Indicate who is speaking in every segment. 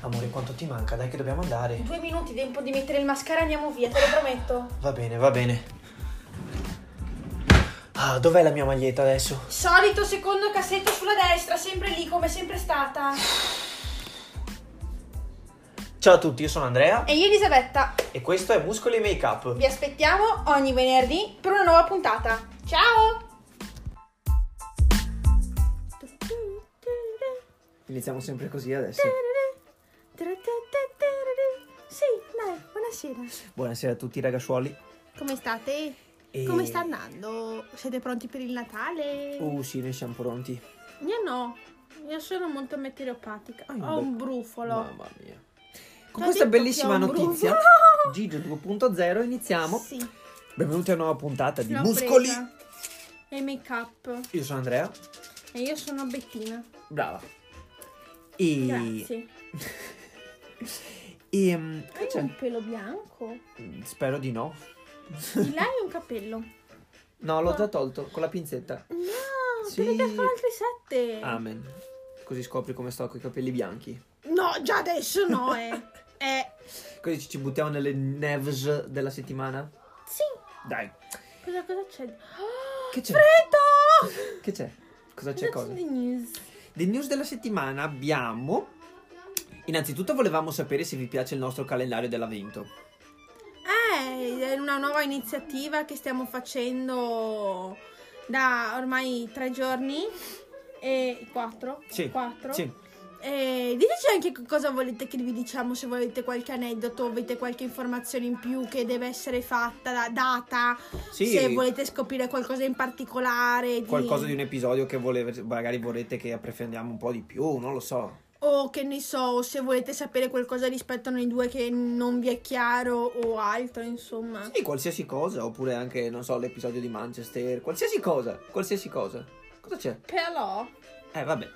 Speaker 1: Amore, quanto ti manca? Dai che dobbiamo andare.
Speaker 2: Due minuti, tempo di mettere il mascara, andiamo via, te lo prometto.
Speaker 1: Va bene, va bene. Ah, dov'è la mia maglietta adesso?
Speaker 2: Solito secondo cassetto sulla destra, sempre lì come sempre stata.
Speaker 1: Ciao a tutti, io sono Andrea
Speaker 2: E io Elisabetta,
Speaker 1: e questo è Muscoli Make Up.
Speaker 2: vi aspettiamo ogni venerdì per una nuova puntata. Ciao!
Speaker 1: Iniziamo sempre così adesso.
Speaker 2: Sì, dai, buonasera.
Speaker 1: Buonasera a tutti ragazzuoli.
Speaker 2: Come state?
Speaker 1: E-
Speaker 2: Come sta andando? Siete pronti per il Natale?
Speaker 1: Uh sì, noi siamo pronti.
Speaker 2: Io no, io sono molto meteoropatica.
Speaker 1: Hai un
Speaker 2: Ho un
Speaker 1: bel-
Speaker 2: brufolo.
Speaker 1: Mamma mia. Con
Speaker 2: T'ho
Speaker 1: questa
Speaker 2: detto
Speaker 1: bellissima
Speaker 2: che ho un
Speaker 1: notizia,
Speaker 2: brufolo.
Speaker 1: Gigio 2.0, iniziamo.
Speaker 2: Sì,
Speaker 1: Benvenuti a una nuova puntata di
Speaker 2: l'ho
Speaker 1: Muscoli.
Speaker 2: presa. E make up.
Speaker 1: Io sono Andrea.
Speaker 2: E io sono Bettina.
Speaker 1: Brava. E...
Speaker 2: Grazie.
Speaker 1: E... mm,
Speaker 2: Hai
Speaker 1: Eh, c'è-
Speaker 2: un pelo bianco?
Speaker 1: Spero di no.
Speaker 2: Di là hai un capello.
Speaker 1: No, l'ho già tolto con la pinzetta.
Speaker 2: No,
Speaker 1: Sì.
Speaker 2: te ne cascano altri sette.
Speaker 1: Amen. Così scopri come sto con i capelli bianchi.
Speaker 2: No, già adesso no, eh. eh,
Speaker 1: Così ci- ci buttiamo nelle neves della settimana.
Speaker 2: sì.
Speaker 1: Dai.
Speaker 2: Cosa, cosa c'è? Ah,
Speaker 1: Che c'è?
Speaker 2: Freddo!
Speaker 1: Che c'è? Cosa c'è cosa?
Speaker 2: di news?
Speaker 1: Le news della settimana abbiamo. Innanzitutto volevamo sapere se vi piace il nostro calendario dell'avvento.
Speaker 2: Eh, è una nuova iniziativa che stiamo facendo da ormai tre giorni e quattro.
Speaker 1: Sì.
Speaker 2: Quattro.
Speaker 1: Sì.
Speaker 2: E diteci anche che cosa volete che vi diciamo, se volete qualche aneddoto, avete qualche informazione in più che deve essere fatta, da- data,
Speaker 1: Sì.
Speaker 2: se volete scoprire qualcosa in particolare.
Speaker 1: Qualcosa di un episodio che vole- magari vorrete che approfondiamo un po' di più, non lo so.
Speaker 2: O che ne so, se volete sapere qualcosa rispetto a noi due che non vi è chiaro o altro, insomma.
Speaker 1: Sì, qualsiasi cosa, oppure anche, non so, l'episodio di Manchester, qualsiasi cosa, qualsiasi cosa. Cosa c'è?
Speaker 2: Però...
Speaker 1: Eh, vabbè.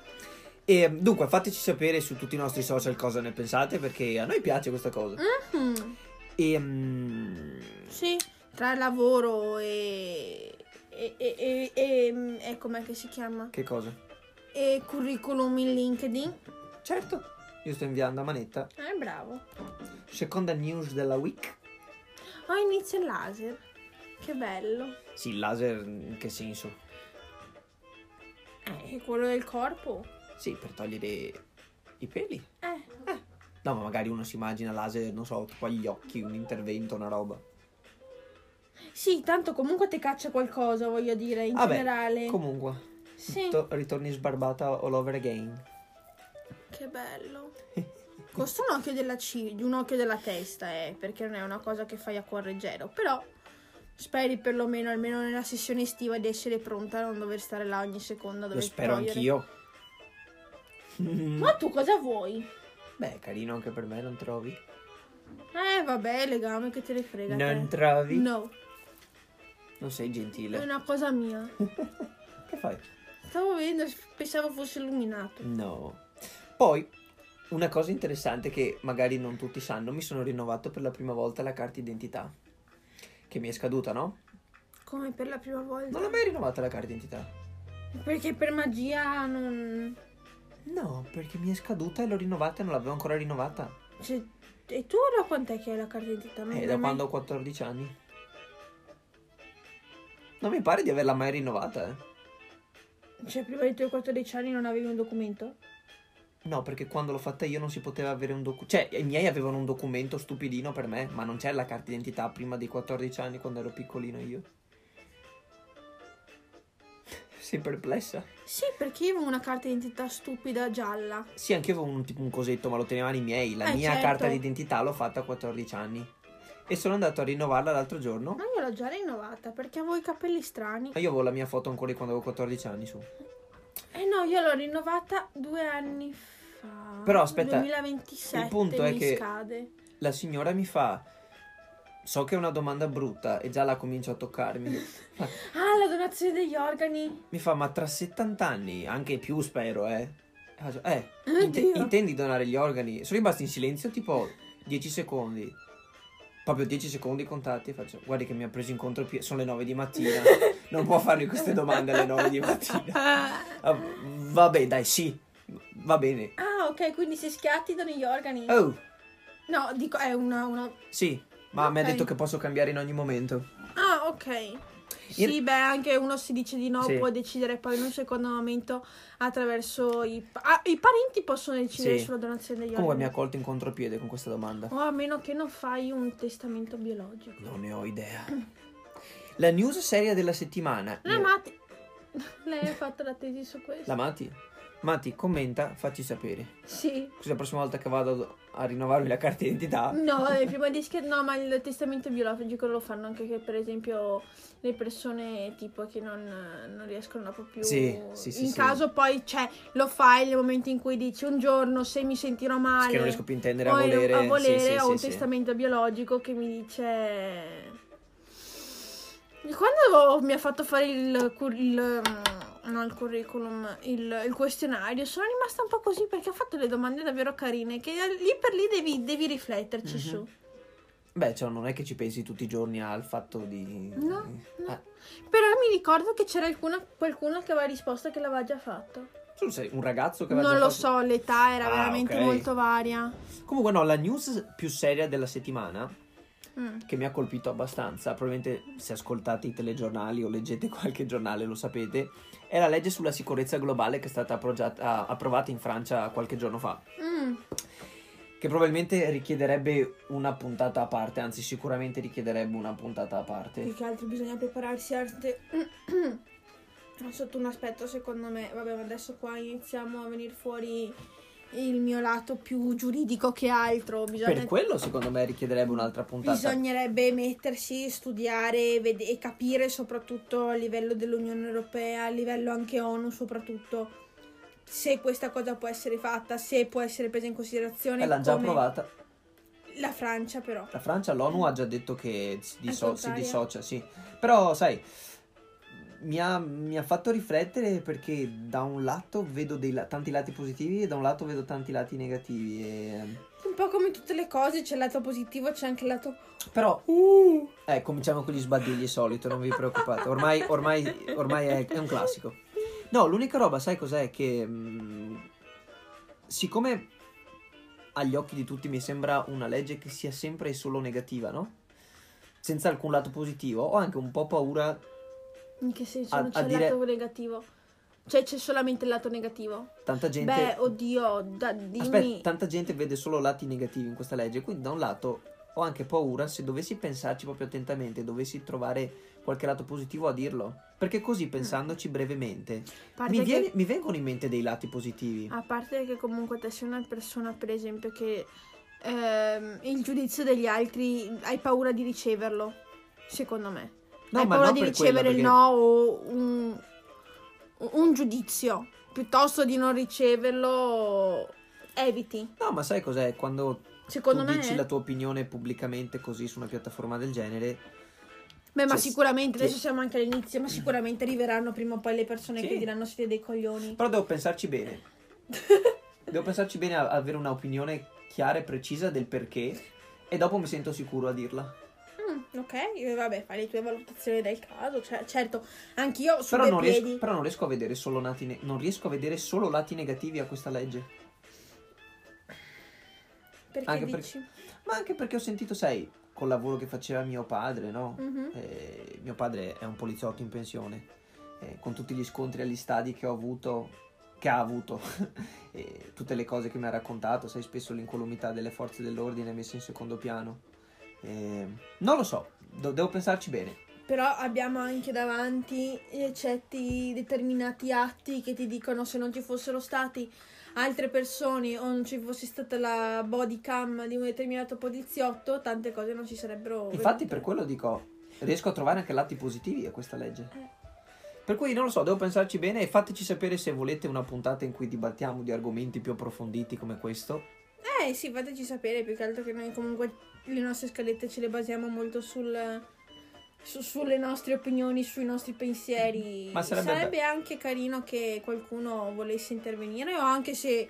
Speaker 1: E dunque, fateci sapere su tutti i nostri social cosa ne pensate, perché a noi piace questa cosa.
Speaker 2: Mhm.
Speaker 1: E mm,
Speaker 2: Sì, tra lavoro e... E, e, e, e- mm, e com'è che si chiama?
Speaker 1: che cosa?
Speaker 2: E curriculum in LinkedIn.
Speaker 1: Certo, io sto inviando a manetta.
Speaker 2: Eh, bravo.
Speaker 1: Seconda news della week.
Speaker 2: Oh, inizia il laser. Che bello.
Speaker 1: Sì, il laser in che senso?
Speaker 2: Eh, quello del corpo.
Speaker 1: Sì, per togliere i peli.
Speaker 2: Eh,
Speaker 1: No, ma magari uno si immagina laser, non so, tipo agli occhi, un intervento, una roba.
Speaker 2: Sì, tanto comunque te caccia qualcosa, voglio dire, in
Speaker 1: Vabbè,
Speaker 2: generale.
Speaker 1: Comunque,
Speaker 2: sì.
Speaker 1: to- ritorni sbarbata all over again.
Speaker 2: Che bello. Costa un occhio della ci- di un occhio della testa, eh, perché non è una cosa che fai a cuore leggero, però speri perlomeno, almeno nella sessione estiva, di essere pronta a non dover stare là ogni secondo. a
Speaker 1: Lo
Speaker 2: dover
Speaker 1: spero
Speaker 2: togliere.
Speaker 1: anch'io. Mm.
Speaker 2: Ma tu cosa vuoi?
Speaker 1: Beh, carino anche per me, non trovi?
Speaker 2: Eh, vabbè, legame che te ne frega. te.
Speaker 1: Non trovi?
Speaker 2: No,
Speaker 1: Non sei
Speaker 2: è
Speaker 1: gentile.
Speaker 2: una cosa mia.
Speaker 1: Che fai?
Speaker 2: Stavo vedendo, pensavo fosse illuminato.
Speaker 1: No. Poi, una cosa interessante che magari non tutti sanno, mi sono rinnovato per la prima volta la carta identità. Che mi è scaduta, no?
Speaker 2: Come per la prima volta.
Speaker 1: Non l'ho mai rinnovata la carta identità.
Speaker 2: Perché per magia non.
Speaker 1: No, perché mi è scaduta e l'ho rinnovata e non l'avevo ancora rinnovata.
Speaker 2: Cioè, e tu da quant'è che hai la carta d'identità? Non
Speaker 1: Eh,
Speaker 2: l'hai
Speaker 1: da
Speaker 2: mai-
Speaker 1: quando ho 14 anni. Non mi pare di averla mai rinnovata, eh.
Speaker 2: Cioè, prima dei tuoi 14 anni non avevi un documento?
Speaker 1: No, perché quando l'ho fatta io non si poteva avere un documento. Cioè, i miei avevano un documento stupidino per me, ma non c'era la carta d'identità prima dei 14 anni quando ero piccolino io. Sei perplessa?
Speaker 2: Sì, perché io avevo una carta d'identità stupida gialla.
Speaker 1: Sì, anche io avevo un, tipo un cosetto, ma lo tenevano i miei. La
Speaker 2: Eh,
Speaker 1: mia
Speaker 2: certo.
Speaker 1: carta d'identità l'ho fatta a 14 anni. E sono andato a rinnovarla l'altro giorno.
Speaker 2: Ma io l'ho già rinnovata perché avevo i capelli strani.
Speaker 1: Ma io avevo la mia foto ancora di quando avevo 14 anni su.
Speaker 2: Eh no, io l'ho rinnovata due anni fa.
Speaker 1: Però, aspetta,
Speaker 2: 2027
Speaker 1: il punto è
Speaker 2: mi
Speaker 1: che-
Speaker 2: scade.
Speaker 1: La signora mi fa. So che è una domanda brutta e già la comincio a toccarmi.
Speaker 2: Ah, la donazione degli organi.
Speaker 1: Mi fa, ma tra 70 anni, anche più spero, eh. E faccio, eh,
Speaker 2: Oddio.
Speaker 1: inte- intendi donare gli organi? Sono rimasto in silenzio tipo 10 secondi. Proprio 10 secondi contatti e faccio, guardi che mi ha preso incontro, pi- sono le 9 di mattina. non può farmi queste domande alle 9 di mattina.
Speaker 2: Ah,
Speaker 1: Ah, vabbè, dai, sì, va bene.
Speaker 2: ah, ok, ok, quindi se schiatti danno gli organi.
Speaker 1: Oh,
Speaker 2: No, dico, è una... una...
Speaker 1: sì, ma mi ha
Speaker 2: Ok.
Speaker 1: detto che posso cambiare in ogni momento.
Speaker 2: Ah, ok. Sì, beh, anche uno si dice di no,
Speaker 1: Sì.
Speaker 2: può decidere poi in un secondo momento attraverso i... pa- ah, i parenti possono decidere
Speaker 1: Sì.
Speaker 2: sulla donazione degli
Speaker 1: Comunque mi ha
Speaker 2: organi.
Speaker 1: colto in contropiede con questa domanda.
Speaker 2: O a meno che non fai un testamento biologico.
Speaker 1: Non ne ho idea. La news seria della settimana.
Speaker 2: La Mati... Lei ha fatto la tesi su questo?
Speaker 1: La Mati? Mati, commenta, facci sapere.
Speaker 2: Sì.
Speaker 1: Così la prossima volta che vado a rinnovarmi la carta d'identità.
Speaker 2: No, eh, prima di scher- no, ma il testamento biologico lo fanno anche che per esempio le persone tipo che non, non riescono dopo più.
Speaker 1: Sì, sì, sì,
Speaker 2: in
Speaker 1: sì.
Speaker 2: caso poi c'è, lo fai nel momento in cui dici un giorno se mi sentirò male.
Speaker 1: Che non riesco più a intendere
Speaker 2: o
Speaker 1: a volere.
Speaker 2: a volere
Speaker 1: sì, sì,
Speaker 2: ho
Speaker 1: sì,
Speaker 2: un
Speaker 1: sì.
Speaker 2: testamento biologico che mi dice. Quando mi ha fatto fare il, cur- il, mm, no, il curriculum, il, il questionario, sono rimasta un po' così perché ha fatto le domande davvero carine che lì per lì devi, devi rifletterci
Speaker 1: Mhm.
Speaker 2: su.
Speaker 1: Beh, cioè, non è che ci pensi tutti i giorni al fatto di.
Speaker 2: No, no.
Speaker 1: Ah,
Speaker 2: Però mi ricordo che c'era alcuna- qualcuno che aveva risposto che l'aveva già fatto.
Speaker 1: tu sei un ragazzo che aveva
Speaker 2: Non
Speaker 1: già
Speaker 2: lo
Speaker 1: fatto-
Speaker 2: so, l'età era
Speaker 1: Ah,
Speaker 2: veramente
Speaker 1: ok.
Speaker 2: molto varia.
Speaker 1: Comunque, no, la news più seria della settimana
Speaker 2: Mm.
Speaker 1: che mi ha colpito abbastanza, probabilmente se ascoltate i telegiornali o leggete qualche giornale lo sapete, è la legge sulla sicurezza globale che è stata approgiata- approvata in Francia qualche giorno fa,
Speaker 2: Mm.
Speaker 1: che probabilmente richiederebbe una puntata a parte, anzi sicuramente richiederebbe una puntata a parte.
Speaker 2: Più che altro bisogna prepararsi arte. Sotto un aspetto, secondo me, vabbè, ma adesso qua iniziamo a venire fuori il mio lato più giuridico che altro.
Speaker 1: Per
Speaker 2: Bisogna-
Speaker 1: quello secondo me richiederebbe un'altra puntata.
Speaker 2: bisognerebbe mettersi, studiare vede- e capire soprattutto a livello dell'Unione Europea, a livello anche ONU soprattutto, se questa cosa può essere fatta, se può essere presa in considerazione.
Speaker 1: Eh, l'hanno già
Speaker 2: come-
Speaker 1: approvata.
Speaker 2: La Francia però.
Speaker 1: La Francia, l'ONU ha già detto che si, disso-
Speaker 2: Al
Speaker 1: si
Speaker 2: contrario.
Speaker 1: dissocia, sì. Però, sai, mi ha, mi ha fatto riflettere perché da un lato vedo dei la- tanti lati positivi e da un lato vedo tanti lati negativi. e-
Speaker 2: Un po' come tutte le cose, c'è il lato positivo, c'è anche il lato...
Speaker 1: Però,
Speaker 2: Uh.
Speaker 1: eh, cominciamo con gli sbadigli solito, non vi preoccupate. Ormai, ormai, ormai è, è un classico. No, l'unica roba, sai cos'è? Che mh, siccome agli occhi di tutti mi sembra una legge che sia sempre e solo negativa, no? Senza alcun lato positivo, ho anche un po' paura
Speaker 2: In che senso?
Speaker 1: A-
Speaker 2: non
Speaker 1: a
Speaker 2: c'è il
Speaker 1: dire-
Speaker 2: lato negativo. Cioè c'è solamente il lato negativo.
Speaker 1: Tanta gente.
Speaker 2: Beh, oddio, da, dimmi.
Speaker 1: aspetta, tanta gente vede solo lati negativi in questa legge. Quindi, da un lato, ho anche paura se dovessi pensarci proprio attentamente, dovessi trovare qualche lato positivo a dirlo. Perché così, pensandoci brevemente,
Speaker 2: a, parte
Speaker 1: mi,
Speaker 2: che,
Speaker 1: viene- mi vengono in mente dei lati positivi.
Speaker 2: a parte che comunque te sei una persona, per esempio, che ehm, il giudizio degli altri hai paura di riceverlo, secondo me. hai paura di
Speaker 1: per quello,
Speaker 2: ricevere il
Speaker 1: perché-
Speaker 2: no o un, un giudizio, piuttosto di non riceverlo, eviti.
Speaker 1: No, ma sai cos'è? Quando
Speaker 2: Secondo
Speaker 1: tu
Speaker 2: me...
Speaker 1: dici la tua opinione pubblicamente così su una piattaforma del genere,
Speaker 2: Beh, ma
Speaker 1: Cioè,
Speaker 2: sicuramente,
Speaker 1: sì.
Speaker 2: adesso siamo anche all'inizio, ma sicuramente arriveranno prima o poi le persone
Speaker 1: Sì.
Speaker 2: che diranno siete dei coglioni.
Speaker 1: però devo pensarci bene. devo pensarci bene a avere un'opinione chiara e precisa del perché, e dopo mi sento sicuro a dirla.
Speaker 2: Mm, ok, eh, vabbè, fai le tue valutazioni del caso, cioè, certo, anch'io su
Speaker 1: Però
Speaker 2: due
Speaker 1: non,
Speaker 2: piedi.
Speaker 1: riesco, però non riesco a vedere solo lati ne- non riesco a vedere solo lati negativi a questa legge.
Speaker 2: Perché
Speaker 1: anche
Speaker 2: dici?
Speaker 1: Ma anche perché ho sentito, sai, col lavoro che faceva mio padre, no?
Speaker 2: Mhm.
Speaker 1: Eh, mio padre è un poliziotto in pensione. eh, con tutti gli scontri agli stadi che ho avuto, che ha avuto, e tutte le cose che mi ha raccontato, sai, spesso l'incolumità delle forze dell'ordine è messa in secondo piano. Eh, non lo so, do- devo pensarci bene.
Speaker 2: Però abbiamo anche davanti eh, certi determinati atti che ti dicono se non ci fossero stati altre persone o non ci fosse stata la body cam di un determinato poliziotto, tante cose non ci sarebbero.
Speaker 1: Infatti,
Speaker 2: venute.
Speaker 1: per quello dico, riesco a trovare anche lati positivi a questa legge.
Speaker 2: Eh.
Speaker 1: Per cui non lo so, devo pensarci bene e fateci sapere se volete una puntata in cui dibattiamo di argomenti più approfonditi come questo.
Speaker 2: Eh sì, fateci sapere, più che altro che noi comunque le nostre scalette ce le basiamo molto sul, su- sulle nostre opinioni, sui nostri pensieri.
Speaker 1: Mm-hmm. Ma sarebbe
Speaker 2: anche carino che qualcuno volesse intervenire o anche se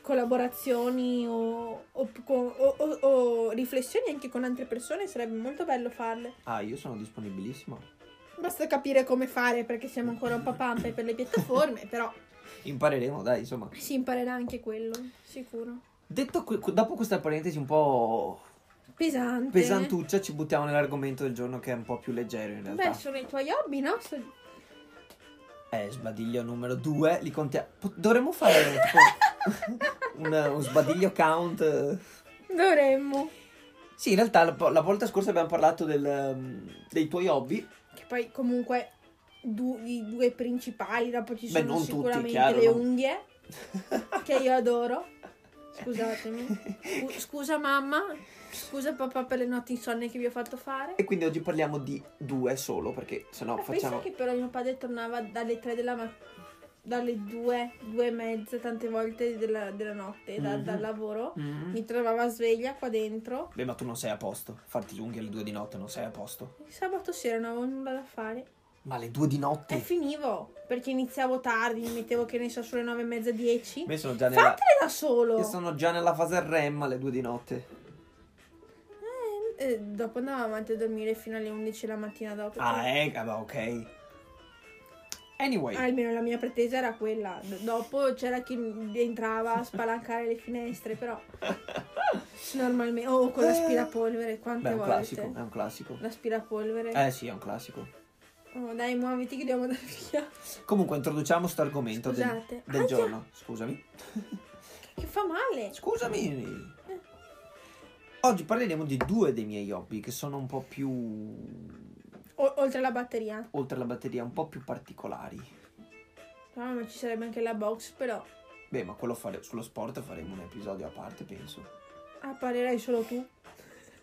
Speaker 2: collaborazioni o, o- o- o- o riflessioni anche con altre persone sarebbe molto bello farle.
Speaker 1: Ah, io sono disponibilissimo.
Speaker 2: Basta capire come fare perché siamo ancora un po' pampe per le piattaforme, però
Speaker 1: Impareremo, dai, insomma.
Speaker 2: Si imparerà anche quello, sicuro.
Speaker 1: Detto que- dopo questa parentesi un po'
Speaker 2: Pesante.
Speaker 1: pesantuccia, ci buttiamo nell'argomento del giorno che è un po' più leggero in realtà.
Speaker 2: Beh, sono i tuoi hobby, no? So-
Speaker 1: Eh, sbadiglio numero 2, li contiamo. Dovremmo fare eh, tipo, un, un sbadiglio count. eh.
Speaker 2: Dovremmo.
Speaker 1: Sì, in realtà la, la volta scorsa abbiamo parlato del, ehm, dei tuoi hobby.
Speaker 2: Che poi comunque du- i due principali, dopo ci
Speaker 1: Beh,
Speaker 2: sono
Speaker 1: non tutti,
Speaker 2: sicuramente
Speaker 1: chiaro,
Speaker 2: le
Speaker 1: no?
Speaker 2: unghie, che io adoro. Scusatemi. Scu- scusa mamma, scusa papà per le notti insonne che vi ho fatto fare.
Speaker 1: E quindi oggi parliamo di due solo, perché sennò
Speaker 2: Ma
Speaker 1: facciamo...
Speaker 2: Ah, Pensa che però mio padre tornava dalle 3 della mattina, dalle 2, 2 e mezza, tante volte della, della notte da-
Speaker 1: Mhm.
Speaker 2: dal lavoro.
Speaker 1: Mm.
Speaker 2: Mi trovava sveglia qua dentro.
Speaker 1: Beh, ma tu non sei a posto. Farti lunghi alle due di notte non sei a posto.
Speaker 2: Il sabato sera non avevo nulla da fare.
Speaker 1: Ma alle due di
Speaker 2: E
Speaker 1: notte?
Speaker 2: finivo, perché iniziavo tardi, mi mettevo che ne so sulle 9 e mezza, 10.
Speaker 1: Me sono già nella...
Speaker 2: Fatele da solo!
Speaker 1: Io sono già nella fase REM alle due di notte.
Speaker 2: Eh, eh, dopo andavo avanti a dormire fino alle 11 la mattina dopo.
Speaker 1: Ah, eh, vabbè, ok. Anyway.
Speaker 2: Almeno la mia pretesa era quella. D- dopo c'era chi entrava a spalancare le finestre, però
Speaker 1: Ah.
Speaker 2: normalmente. Oh, con l'aspirapolvere, quante
Speaker 1: Beh, è un
Speaker 2: volte?
Speaker 1: classico, è un classico.
Speaker 2: L'aspirapolvere.
Speaker 1: Eh sì, è un classico.
Speaker 2: Oh, dai, muoviti che devo andare via.
Speaker 1: Comunque introduciamo sto argomento del,
Speaker 2: Scusate.
Speaker 1: del
Speaker 2: Ahia.
Speaker 1: giorno. Scusami.
Speaker 2: Che fa male.
Speaker 1: Scusami. Oggi parleremo di due dei miei hobby che sono un po' più
Speaker 2: O- oltre alla batteria.
Speaker 1: oltre alla batteria un po' più particolari.
Speaker 2: No, ma ci sarebbe anche la box, però.
Speaker 1: Beh, ma quello fare- sullo sport faremo un episodio a parte, penso.
Speaker 2: Ah, parlerai solo tu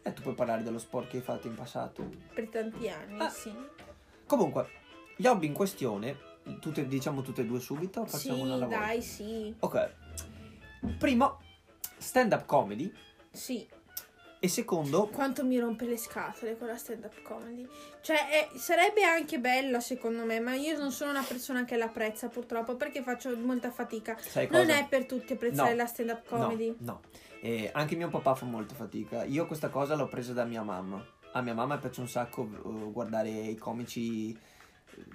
Speaker 1: E tu puoi parlare dello sport che hai fatto in passato.
Speaker 2: per tanti anni,
Speaker 1: Ah.
Speaker 2: sì.
Speaker 1: Comunque, gli hobby in questione, tutte- diciamo tutte e due subito, o
Speaker 2: Sì,
Speaker 1: facciamo una alla volta?
Speaker 2: dai, sì.
Speaker 1: Ok. Primo, stand-up comedy.
Speaker 2: Sì.
Speaker 1: E secondo,
Speaker 2: Quanto mi rompe le scatole con la stand-up comedy. Cioè, eh, sarebbe anche bella secondo me, ma io non sono una persona che l'apprezza purtroppo perché faccio molta fatica.
Speaker 1: sai cosa?
Speaker 2: Non è per tutti apprezzare
Speaker 1: No,
Speaker 2: la stand-up comedy.
Speaker 1: No, no. E anche mio papà fa molto fatica. Io questa cosa l'ho presa da mia mamma. A mia mamma piace un sacco eh, guardare i comici eh,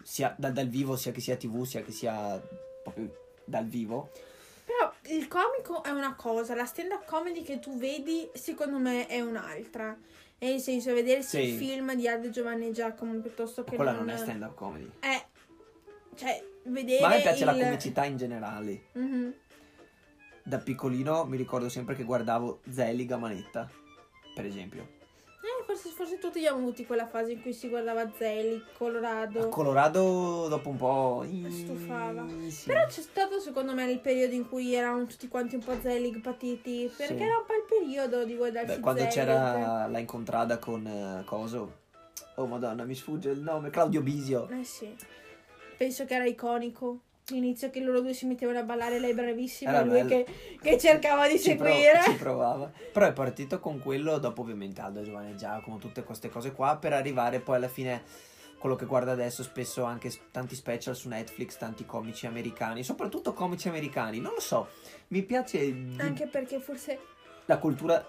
Speaker 1: sia da- dal vivo, sia che sia tv, sia che sia proprio dal vivo.
Speaker 2: Però il comico è una cosa, la stand-up comedy che tu vedi secondo me è un'altra. Nel senso, vedersi
Speaker 1: Sì.
Speaker 2: il film di Aldo Giovanni e Giacomo piuttosto che...
Speaker 1: Ma quella non è stand up comedy.
Speaker 2: Eh, cioè, vedere...
Speaker 1: Ma a me piace la
Speaker 2: il-
Speaker 1: comicità in generale.
Speaker 2: Mhm.
Speaker 1: Da piccolino mi ricordo sempre che guardavo Zeliga Manetta, per esempio.
Speaker 2: Eh, forse, forse tutti abbiamo avuto quella fase in cui si guardava Zelig, Colorado.
Speaker 1: A Colorado dopo un po'... ii,
Speaker 2: Boh. Stufava.
Speaker 1: sì.
Speaker 2: Però c'è stato secondo me il periodo in cui erano tutti quanti un po' Zelig patiti, perché
Speaker 1: Sì.
Speaker 2: era un po' il periodo di guardarsi
Speaker 1: Beh, quando
Speaker 2: Zelig.
Speaker 1: c'era la incontrada con eh, Coso. Oh madonna, mi sfugge il nome. Claudio Bisio.
Speaker 2: Eh sì, penso che era iconico. L'inizio che loro due si mettevano a ballare, lei bravissima,
Speaker 1: Era
Speaker 2: e lui
Speaker 1: bello.
Speaker 2: che, che cercava di
Speaker 1: Ci, pro-
Speaker 2: seguire.
Speaker 1: ci provava. Però è partito con quello, dopo ovviamente Aldo, Giovanni e Giacomo, tutte queste cose qua, per arrivare poi alla fine quello che guarda adesso spesso anche s- tanti special su Netflix, tanti comici americani, soprattutto comici americani, non lo so, mi piace di-
Speaker 2: Anche perché forse
Speaker 1: la cultura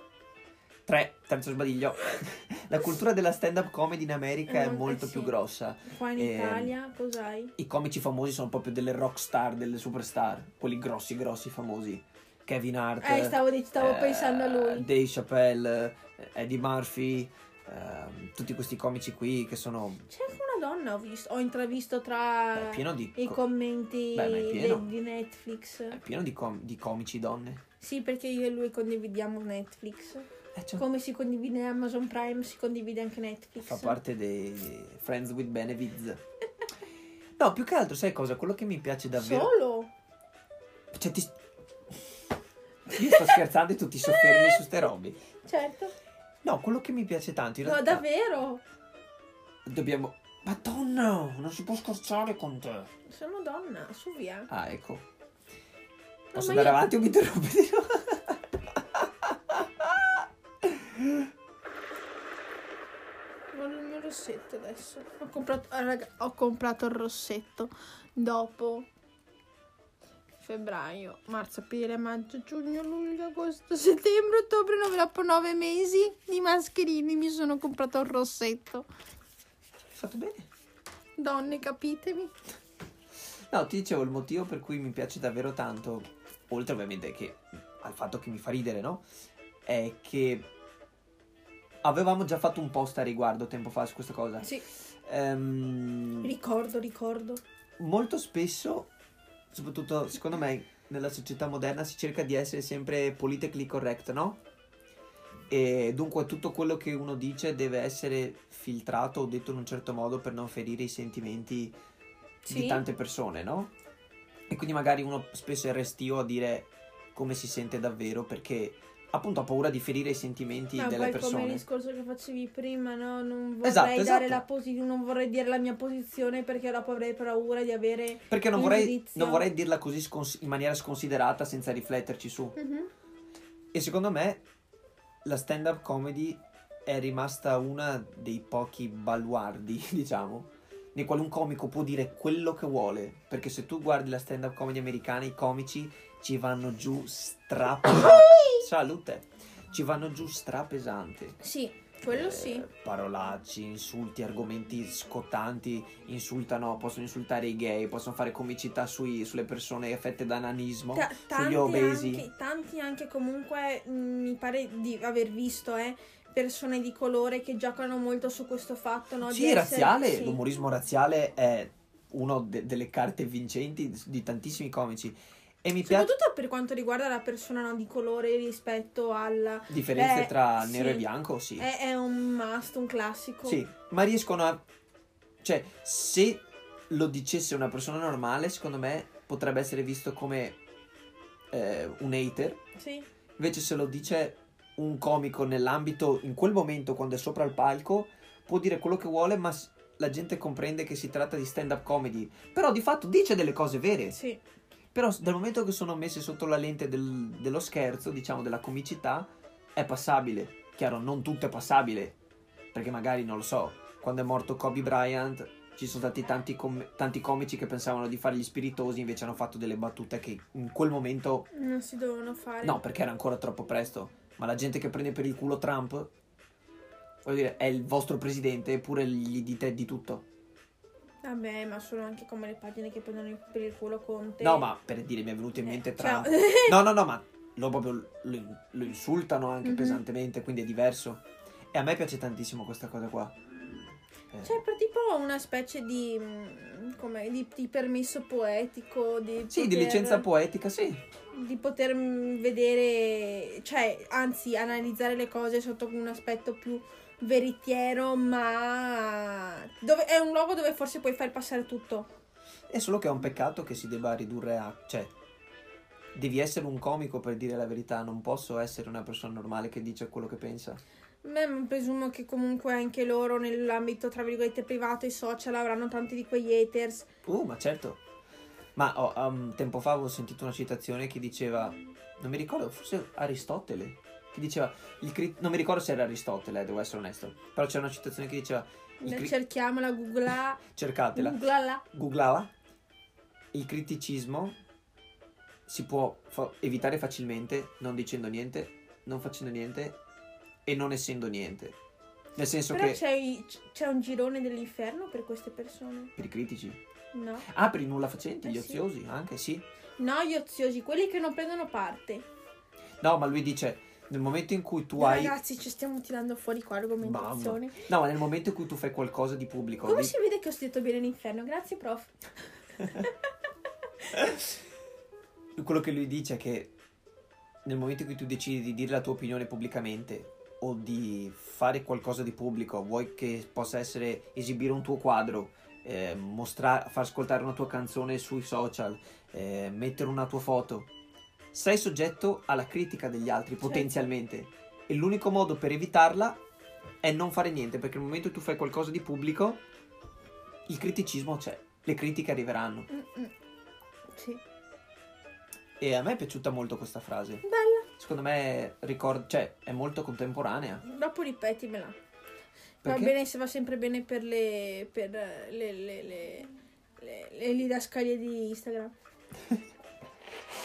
Speaker 1: 3, terzo sbadiglio. la cultura della stand up comedy in America
Speaker 2: Eh,
Speaker 1: è molto
Speaker 2: sì.
Speaker 1: più grossa.
Speaker 2: qua in
Speaker 1: Ehm,
Speaker 2: Italia cos'hai?
Speaker 1: i comici famosi sono proprio delle rock star, delle superstar, quelli grossi, grossi, famosi. Kevin Hart.
Speaker 2: Eh, stavo, dic- stavo
Speaker 1: eh,
Speaker 2: pensando a lui.
Speaker 1: Dave Chappelle, eh, Eddie Murphy, ehm, tutti questi comici qui che sono
Speaker 2: C'è anche una donna, ho, visto- ho intravisto
Speaker 1: eh,
Speaker 2: tra
Speaker 1: pieno di,
Speaker 2: i
Speaker 1: co-
Speaker 2: commenti
Speaker 1: Beh, ma è
Speaker 2: de-
Speaker 1: pieno.
Speaker 2: di Netflix.
Speaker 1: è pieno di, com- di comici donne.
Speaker 2: Sì, perché io e lui condividiamo Netflix.
Speaker 1: Eh, cioè,
Speaker 2: Come si condivide Amazon Prime, si condivide anche Netflix.
Speaker 1: fa parte dei Friends with Benefits. No, più che altro, sai cosa? Quello che mi piace davvero.
Speaker 2: Solo?
Speaker 1: Cioè, ti- Io sto scherzando e tu ti soffermi su ste robe.
Speaker 2: Certo.
Speaker 1: No, quello che mi piace tanto. In
Speaker 2: No,
Speaker 1: realtà,
Speaker 2: davvero?
Speaker 1: Dobbiamo. Madonna, non si può scorciare con te.
Speaker 2: Sono donna, su via.
Speaker 1: Ah, ecco. Posso
Speaker 2: ma
Speaker 1: andare
Speaker 2: io-
Speaker 1: avanti o mi interrompi di nuovo?
Speaker 2: Voglio il mio rossetto adesso. Ho comprato, ah, raga, ho comprato il rossetto dopo febbraio, marzo, aprile, maggio, giugno, luglio, agosto, settembre, ottobre, nove, dopo nove mesi di mascherini mi sono comprato il rossetto.
Speaker 1: Hai fatto bene.
Speaker 2: Donne, capitemi.
Speaker 1: No, ti dicevo il motivo per cui mi piace davvero tanto, oltre ovviamente che al fatto che mi fa ridere, no? È che avevamo già fatto un post a riguardo tempo fa su questa cosa.
Speaker 2: Sì,
Speaker 1: Ehm,
Speaker 2: ricordo, ricordo.
Speaker 1: molto spesso, soprattutto secondo me, nella società moderna si cerca di essere sempre politically correct, no? E dunque tutto quello che uno dice deve essere filtrato o detto in un certo modo per non ferire i sentimenti di
Speaker 2: Sì.
Speaker 1: tante persone, no? E quindi magari uno spesso è restio a dire come si sente davvero perché appunto ha paura di ferire i sentimenti
Speaker 2: No,
Speaker 1: delle
Speaker 2: Ah, poi come il
Speaker 1: persone.
Speaker 2: discorso che facevi prima, no? Non vorrei
Speaker 1: Esatto,
Speaker 2: dare
Speaker 1: esatto.
Speaker 2: la posi- non vorrei dire la mia posizione perché dopo avrei paura di avere.
Speaker 1: Perché non
Speaker 2: il
Speaker 1: vorrei,
Speaker 2: giudizio.
Speaker 1: non vorrei dirla così scons- in maniera sconsiderata senza rifletterci su. E secondo me la stand-up comedy è rimasta una dei pochi baluardi, diciamo, nei quali un comico può dire quello che vuole. Perché se tu guardi la stand-up comedy americana, i comici ci vanno giù strapesanti. Salute! Ci vanno giù strapesanti.
Speaker 2: Sì, quello
Speaker 1: Eh,
Speaker 2: sì.
Speaker 1: Parolacci, insulti, argomenti scottanti, insultano, possono insultare i gay, possono fare comicità sui- sulle persone affette da nanismo.
Speaker 2: Ta- tanti,
Speaker 1: boh, obesi.
Speaker 2: anche, tanti anche comunque mh, mi pare di aver visto eh, persone di colore che giocano molto su questo fatto. No?
Speaker 1: Sì,
Speaker 2: di essere-
Speaker 1: razziale,
Speaker 2: sì.
Speaker 1: l'umorismo razziale è una delle carte vincenti di tantissimi comici e mi piace
Speaker 2: Soprattutto per quanto riguarda la persona no, di colore rispetto al...
Speaker 1: la differenze
Speaker 2: Beh,
Speaker 1: tra
Speaker 2: sì. ecco.
Speaker 1: nero e bianco, sì.
Speaker 2: È, è un must, un classico.
Speaker 1: Sì, ma riescono a cioè se lo dicesse una persona normale, secondo me potrebbe essere visto come eh, un hater,
Speaker 2: Sì.
Speaker 1: invece se lo dice un comico nell'ambito in quel momento quando è sopra il palco può dire quello che vuole, ma s- la gente comprende che si tratta di stand up comedy, però di fatto dice delle cose vere.
Speaker 2: Sì.
Speaker 1: Però s- dal momento che sono messe sotto la lente del- dello scherzo, diciamo della comicità, è passabile. Chiaro, non tutto è passabile, perché magari non lo so, quando è morto Kobe Bryant ci sono stati tanti, com- tanti comici che pensavano di fare gli spiritosi, invece hanno fatto delle battute che in quel momento
Speaker 2: Non si devono fare.
Speaker 1: no, perché era ancora troppo presto. Ma la gente che prende per il culo Trump, voglio dire, è il vostro presidente, eppure gli dite di tutto.
Speaker 2: Vabbè, ma sono anche come le pagine che prendono il- per il culo Conte.
Speaker 1: No, ma per dire, mi è venuto in mente
Speaker 2: Eh,
Speaker 1: Trump.
Speaker 2: ciao.
Speaker 1: No, no, no, ma lo, proprio lo, lo insultano anche
Speaker 2: Mhm.
Speaker 1: pesantemente, quindi è diverso. E a me piace tantissimo questa cosa qua. Eh,
Speaker 2: C'è per cioè, tipo una specie di, mh, come, di, di permesso poetico, di
Speaker 1: sì, di
Speaker 2: poter-
Speaker 1: licenza poetica, sì.
Speaker 2: di poter mh, vedere, cioè anzi analizzare le cose sotto un aspetto più veritiero, ma dove- è un luogo dove forse puoi far passare tutto.
Speaker 1: È solo che è un peccato che si debba ridurre a... Cioè, devi essere un comico per dire la verità, non posso essere una persona normale che dice quello che pensa.
Speaker 2: Beh, ma presumo che comunque anche loro nell'ambito, tra virgolette, privato, i social avranno tanti di quegli haters.
Speaker 1: Uh, ma certo. Ma oh, um, tempo fa avevo sentito una citazione che diceva, non mi ricordo, forse Aristotele, che diceva, il cri- non mi ricordo se era Aristotele, eh, devo essere onesto, però c'era una citazione che diceva, il cri-
Speaker 2: Cerchiamola, googla,
Speaker 1: cercatela,
Speaker 2: googlala.
Speaker 1: googlala, il criticismo si può fa- evitare facilmente non dicendo niente, non facendo niente e non essendo niente. Nel senso
Speaker 2: Però
Speaker 1: che...
Speaker 2: c'è, i- c'è un girone dell'inferno per queste persone,
Speaker 1: Per i critici.
Speaker 2: no?
Speaker 1: Ah, per i nulla facenti,
Speaker 2: Eh
Speaker 1: gli
Speaker 2: sì.
Speaker 1: oziosi, anche sì.
Speaker 2: No, gli oziosi, quelli che non prendono parte.
Speaker 1: No, ma lui dice, nel momento in cui tu hai...
Speaker 2: Ragazzi, ci stiamo tirando fuori qua argomentazioni.
Speaker 1: No, ma nel momento in cui tu fai qualcosa di pubblico,
Speaker 2: Come
Speaker 1: di-
Speaker 2: si vede che ho studiato bene l'inferno? Grazie, prof.
Speaker 1: quello che lui dice è che nel momento in cui tu decidi di dire la tua opinione pubblicamente o di fare qualcosa di pubblico, vuoi che possa essere esibire un tuo quadro, eh, mostra- far ascoltare una tua canzone sui social, eh, mettere una tua foto, sei soggetto alla critica degli altri potenzialmente e l'unico modo per evitarla è non fare niente perché nel momento in cui tu fai qualcosa di pubblico il criticismo c'è, le critiche arriveranno
Speaker 2: Mm-mm. Mm, sì,
Speaker 1: e a me è piaciuta molto questa frase.
Speaker 2: bella.
Speaker 1: Secondo me ricorda, cioè, è molto contemporanea.
Speaker 2: Dopo ripetimela. Va
Speaker 1: Perché?
Speaker 2: bene se va sempre bene per le. per eh, le. le. le. le, le didascalie di Instagram.
Speaker 1: Un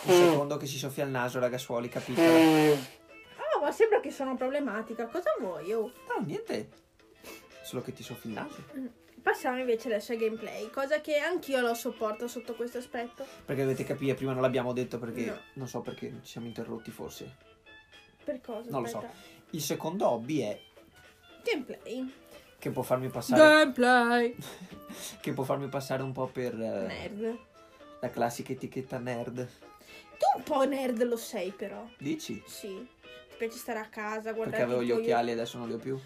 Speaker 2: Mm.
Speaker 1: secondo che si soffia il naso, ragazzuoli, capitolo.
Speaker 2: Oh, ma sembra che sono problematica. Cosa vuoi? Oh?
Speaker 1: No, niente. Solo che ti soffi il naso.
Speaker 2: Mm. Passiamo invece adesso al gameplay, cosa che anch'io lo sopporto sotto questo aspetto.
Speaker 1: Perché dovete capire, prima non l'abbiamo detto perché
Speaker 2: No.
Speaker 1: non so perché ci siamo interrotti forse.
Speaker 2: Per cosa?
Speaker 1: Non lo
Speaker 2: Aspetta.
Speaker 1: Il secondo hobby è
Speaker 2: Gameplay.
Speaker 1: che può farmi passare
Speaker 2: Gameplay.
Speaker 1: che può farmi passare un po' per eh,
Speaker 2: Nerd.
Speaker 1: la classica etichetta nerd.
Speaker 2: Tu un po' nerd lo sei però.
Speaker 1: Dici?
Speaker 2: Sì. Ti piace stare a casa, guardare
Speaker 1: Perché avevo gli
Speaker 2: tipo io-
Speaker 1: occhiali e adesso non li ho più.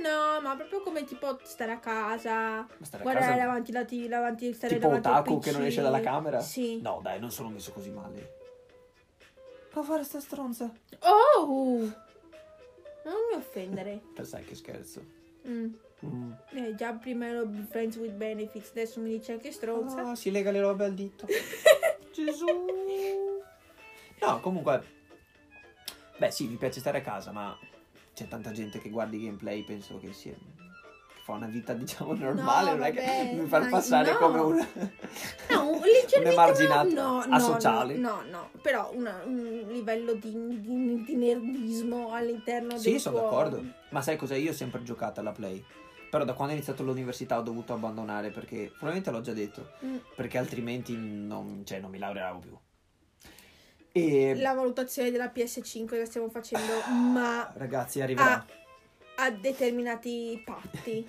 Speaker 2: No, no, ma proprio come tipo stare a casa,
Speaker 1: Ma stare a
Speaker 2: guardare
Speaker 1: casa.
Speaker 2: davanti la TV, davanti, stare
Speaker 1: Tipo
Speaker 2: davanti al
Speaker 1: otaku
Speaker 2: PC.
Speaker 1: che non esce dalla camera?
Speaker 2: Sì.
Speaker 1: No, dai, non sono messo così male. Ma fare sta stronza.
Speaker 2: Oh! Non mi offendere.
Speaker 1: Per sai che scherzo.
Speaker 2: Mm.
Speaker 1: Mm.
Speaker 2: Eh, già prima ero friends with benefits, adesso mi dice anche stronza.
Speaker 1: Ah, si lega le robe al dito. Gesù. No, comunque. Beh, sì, mi piace stare a casa, ma c'è tanta gente che guarda i gameplay, penso che sia. che fa una vita, diciamo, normale. non è
Speaker 2: vabbè,
Speaker 1: che mi far
Speaker 2: dai,
Speaker 1: passare
Speaker 2: no.
Speaker 1: come una.
Speaker 2: No, un- leggermente
Speaker 1: Un'emarginata
Speaker 2: no, no,
Speaker 1: asociale.
Speaker 2: No, no, no. però una- un livello di, di- di nerdismo all'interno del
Speaker 1: Sì, sono
Speaker 2: tuo-
Speaker 1: d'accordo. Ma sai cos'è? Io ho sempre giocato alla Play. Però da quando ho iniziato l'università ho dovuto abbandonare perché, probabilmente l'ho già detto,
Speaker 2: Mm.
Speaker 1: perché altrimenti non, cioè, non mi laureavo più. E
Speaker 2: La valutazione della PS5 la stiamo facendo,
Speaker 1: Ah.
Speaker 2: ma
Speaker 1: ragazzi, arriverà.
Speaker 2: a, a determinati patti.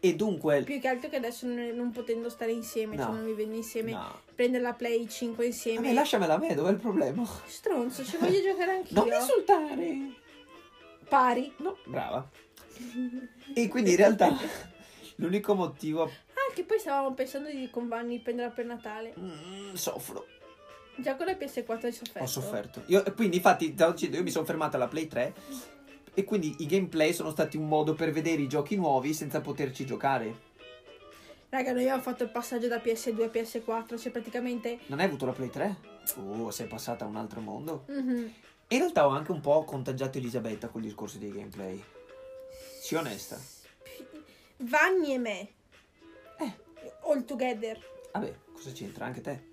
Speaker 1: E dunque...
Speaker 2: Più che altro che adesso non, non potendo stare insieme,
Speaker 1: No.
Speaker 2: cioè non vivendo insieme,
Speaker 1: No.
Speaker 2: prendere la Play 5
Speaker 1: Vabbè,
Speaker 2: insieme.
Speaker 1: lasciamela a me, dov'è il problema?
Speaker 2: Stronzo, ci voglio giocare anch'io.
Speaker 1: Non mi insultare!
Speaker 2: Pari.
Speaker 1: No, brava. E quindi in realtà l'unico motivo...
Speaker 2: Ah, che poi stavamo pensando di con Vanni prenderla per Natale.
Speaker 1: Mm, soffro.
Speaker 2: Già con la PS4 hai sofferto.
Speaker 1: Ho sofferto. Io, e quindi, infatti, stavo dicendo, io mi sono fermato alla Play 3. E quindi i gameplay sono stati un modo per vedere i giochi nuovi senza poterci giocare.
Speaker 2: Raga, noi abbiamo fatto il passaggio da PS2 a PS4, cioè praticamente...
Speaker 1: Non hai avuto la Play 3? Oh, sei passata a un altro mondo.
Speaker 2: Mhm.
Speaker 1: E in realtà ho anche un po' contagiato Elisabetta col discorso dei gameplay. Sii onesta.
Speaker 2: Vanni e me.
Speaker 1: Eh.
Speaker 2: All together.
Speaker 1: Vabbè, cosa c'entra? Anche te.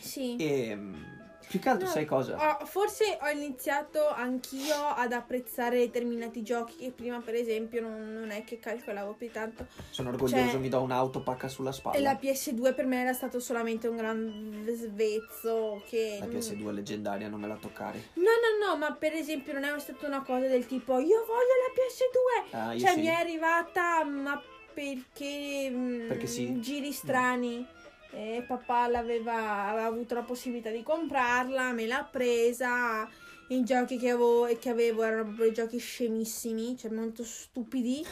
Speaker 2: Sì.
Speaker 1: E mh, più che altro
Speaker 2: No,
Speaker 1: sai cosa?
Speaker 2: ho- forse ho iniziato anch'io ad apprezzare determinati giochi che prima per esempio non, non è che calcolavo più tanto.
Speaker 1: Sono orgoglioso,
Speaker 2: cioè-
Speaker 1: mi do un'auto pacca sulla spalla.
Speaker 2: E la
Speaker 1: La,
Speaker 2: PS2 per me era stato solamente un gran svezzo che...
Speaker 1: PS2 leggendaria, non me la toccare.
Speaker 2: No, no, no, ma per esempio non è stata una cosa del tipo io voglio la PS2.
Speaker 1: Ah, io
Speaker 2: cioè
Speaker 1: sì.
Speaker 2: mi è arrivata ma perché, mm,
Speaker 1: Perché sì.
Speaker 2: giri strani. Eh, papà l'aveva aveva avuto la possibilità di comprarla, me l'ha presa. I giochi che avevo, e che avevo erano proprio giochi scemissimi, cioè molto stupidi.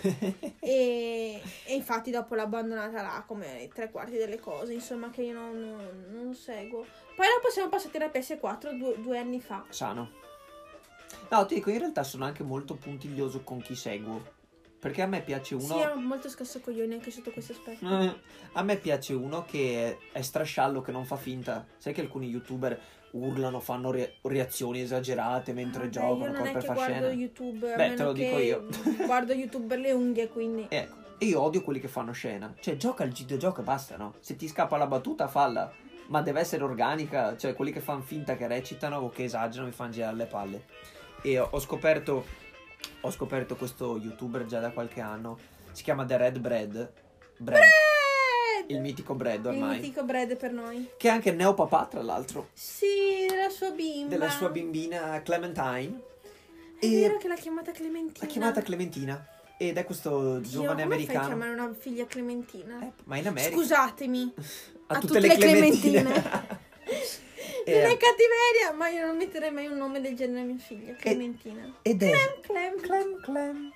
Speaker 2: e, e infatti dopo l'ho abbandonata là come tre quarti delle cose, insomma, che io non, non- non seguo. Poi dopo siamo passati alla PS4 due- due anni fa.
Speaker 1: Sano. No, ti dico, in realtà sono anche molto puntiglioso con chi seguo. Perché a me piace uno.
Speaker 2: Sì, è molto scasso coglione anche sotto questo aspetto.
Speaker 1: Eh, A me piace uno che è, è strasciallo, che non fa finta. Sai che alcuni youtuber urlano, fanno re- reazioni esagerate mentre
Speaker 2: Vabbè,
Speaker 1: giocano
Speaker 2: Io non
Speaker 1: poi
Speaker 2: è
Speaker 1: per
Speaker 2: che
Speaker 1: far
Speaker 2: guardo
Speaker 1: scena.
Speaker 2: YouTube, a
Speaker 1: Beh,
Speaker 2: meno
Speaker 1: te lo dico
Speaker 2: che
Speaker 1: io.
Speaker 2: guardo YouTube per le unghie, quindi.
Speaker 1: Eh, Ecco. E io odio quelli che fanno scena. Cioè, gioca il videogioco e basta, no? Se ti scappa la battuta, falla. Ma deve essere organica. Cioè, quelli che fanno finta che recitano o che esagerano mi fanno girare le palle. E ho ho scoperto. Ho scoperto questo youtuber già da qualche anno. Si chiama The Red Bread. Bread.
Speaker 2: Bread!
Speaker 1: Il mitico bread
Speaker 2: Il
Speaker 1: ormai.
Speaker 2: mitico bread per noi.
Speaker 1: Che è anche neopapà, tra l'altro.
Speaker 2: Sì, della sua bimba.
Speaker 1: Della sua bimbina Clementine.
Speaker 2: È
Speaker 1: E-
Speaker 2: vero che l'ha chiamata
Speaker 1: L'ha
Speaker 2: Clementina.
Speaker 1: chiamata Clementina. Ed è questo
Speaker 2: Dio,
Speaker 1: giovane
Speaker 2: come fai a
Speaker 1: americano.
Speaker 2: chiamare una figlia Clementina?
Speaker 1: Eh, ma in America.
Speaker 2: Scusatemi.
Speaker 1: a, tutte, le Clementine. Eh. Eh,
Speaker 2: non è cattiveria, ma io non metterei mai un nome del genere a mia figlia, Clementina.
Speaker 1: Ed è.
Speaker 2: Clem, Clem, Clem.
Speaker 1: Clem, clem.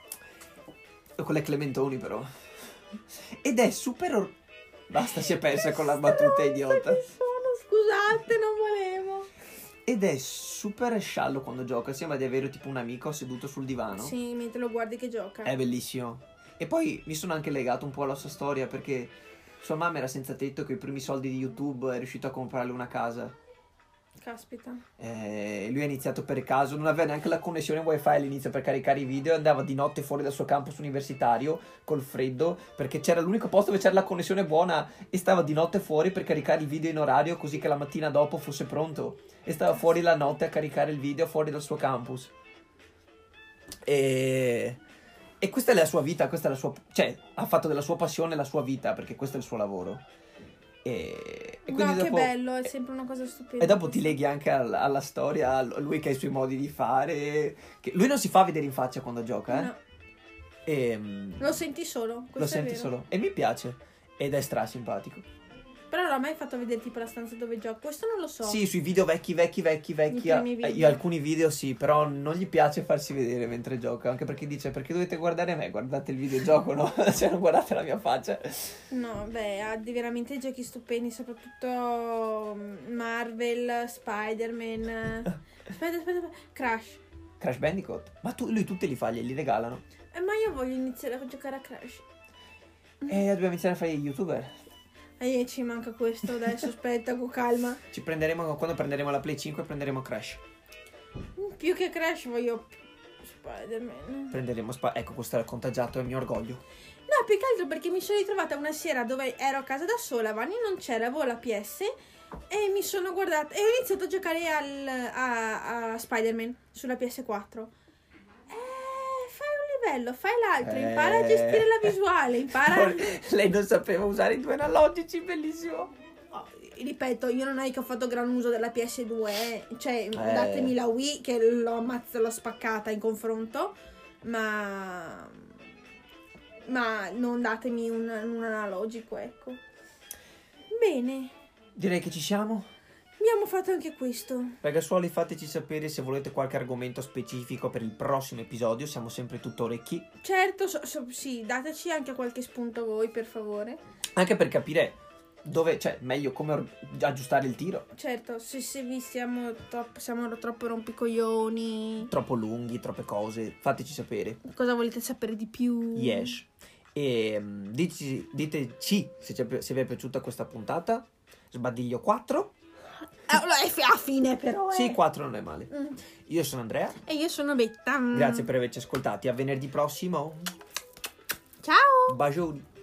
Speaker 1: Oh, Con le Clementoni, però. Ed è super. or- Basta, si è persa con la battuta
Speaker 2: Stronza
Speaker 1: idiota.
Speaker 2: che sono, scusate, non volevo.
Speaker 1: Ed è super sciallo quando gioca. Sembra di avere tipo un amico seduto sul divano.
Speaker 2: Sì, mentre lo guardi che gioca.
Speaker 1: È bellissimo. E poi mi sono anche legato un po' alla sua storia perché sua mamma era senza tetto che i primi soldi di YouTube è riuscito a comprarle una casa.
Speaker 2: Caspita.
Speaker 1: Eh, lui ha iniziato per caso, non aveva neanche la connessione wifi all'inizio per caricare i video, andava di notte fuori dal suo campus universitario col freddo perché c'era l'unico posto dove c'era la connessione buona e stava di notte fuori per caricare i video in orario così che la mattina dopo fosse pronto e stava fuori la notte a caricare il video fuori dal suo campus. E... E questa è la sua vita, questa è la sua... Cioè, ha fatto della sua passione la sua vita, perché questo è il suo lavoro. E, e
Speaker 2: no,
Speaker 1: quindi
Speaker 2: che
Speaker 1: dopo...
Speaker 2: bello, è sempre una cosa stupenda.
Speaker 1: E dopo ti leghi anche al- alla, storia, a lui che ha i suoi modi di fare. che- lui non si fa vedere in faccia quando gioca, eh?
Speaker 2: No,
Speaker 1: Ehm,
Speaker 2: lo senti solo, questo
Speaker 1: lo
Speaker 2: è
Speaker 1: senti
Speaker 2: vero.
Speaker 1: solo. E mi piace. Ed è stra simpatico.
Speaker 2: Però non ho mai fatto vedere tipo la stanza dove gioco. Questo non lo so.
Speaker 1: Sì, sui video vecchi, vecchi, vecchi, vecchi.
Speaker 2: I primi
Speaker 1: eh,
Speaker 2: video.
Speaker 1: alcuni video sì, però non gli piace farsi vedere mentre gioca. Anche perché dice: Perché dovete guardare me? Guardate il videogioco, no? cioè, non guardate la mia faccia.
Speaker 2: No, beh, ha di- veramente giochi stupendi, soprattutto mm, Marvel, Spider-Man. eh. Aspetta, aspetta, aspetta. Crash.
Speaker 1: Crash Bandicoot. Ma tu, lui tutti li fa, glieli regalano.
Speaker 2: Eh, ma io voglio iniziare a giocare a Crash. Mm.
Speaker 1: E Eh, dobbiamo iniziare a fare gli youtuber.
Speaker 2: Eh, ci manca questo, adesso aspetta, con calma.
Speaker 1: Ci prenderemo, quando prenderemo la Play 5, prenderemo Crash.
Speaker 2: Più che Crash voglio Spider-Man.
Speaker 1: Prenderemo Spa. Ecco, questo era contagiato, è il mio orgoglio.
Speaker 2: No, più che altro perché mi sono ritrovata una sera dove ero a casa da sola, Vanni non c'era, avevo la PS e mi sono guardata e ho iniziato a giocare al, a, a Spider-Man sulla PS4. Eh, Fai un livello, fai l'altro,
Speaker 1: Eh.
Speaker 2: impara a gestire la visuale, impara...
Speaker 1: Lei non sapeva usare i due analogici, bellissimo.
Speaker 2: Oh, Ripeto, io non è che ho fatto gran uso della PS2, eh. cioè datemi la Wii che l'ho ammazza, l'ho spaccata in confronto, ma, ma non datemi un, un analogico, ecco. Bene,
Speaker 1: Direi che ci siamo.
Speaker 2: abbiamo fatto anche questo.
Speaker 1: Ragazzuoli, fateci sapere se volete qualche argomento specifico per il prossimo episodio. Siamo sempre tutto orecchi.
Speaker 2: Certo, so- so- sì, dateci anche qualche spunto voi, per favore.
Speaker 1: Anche per capire dove, cioè, meglio come or- aggiustare il tiro.
Speaker 2: Certo, se, se vi siamo troppo, siamo troppo rompicoglioni,
Speaker 1: Troppo lunghi, troppe cose. Fateci sapere.
Speaker 2: cosa volete sapere di più?
Speaker 1: Yes. E mm, dici- diteci se, ci è pi- se vi è piaciuta questa puntata. Sbadiglio 4.
Speaker 2: Ah, no, è fi- a fine però, eh.
Speaker 1: Sì, 4 non è male.
Speaker 2: Mm.
Speaker 1: Io sono Andrea.
Speaker 2: E io sono Betta. Mm.
Speaker 1: Grazie per averci ascoltati. A venerdì prossimo.
Speaker 2: Ciao!
Speaker 1: Bacioni.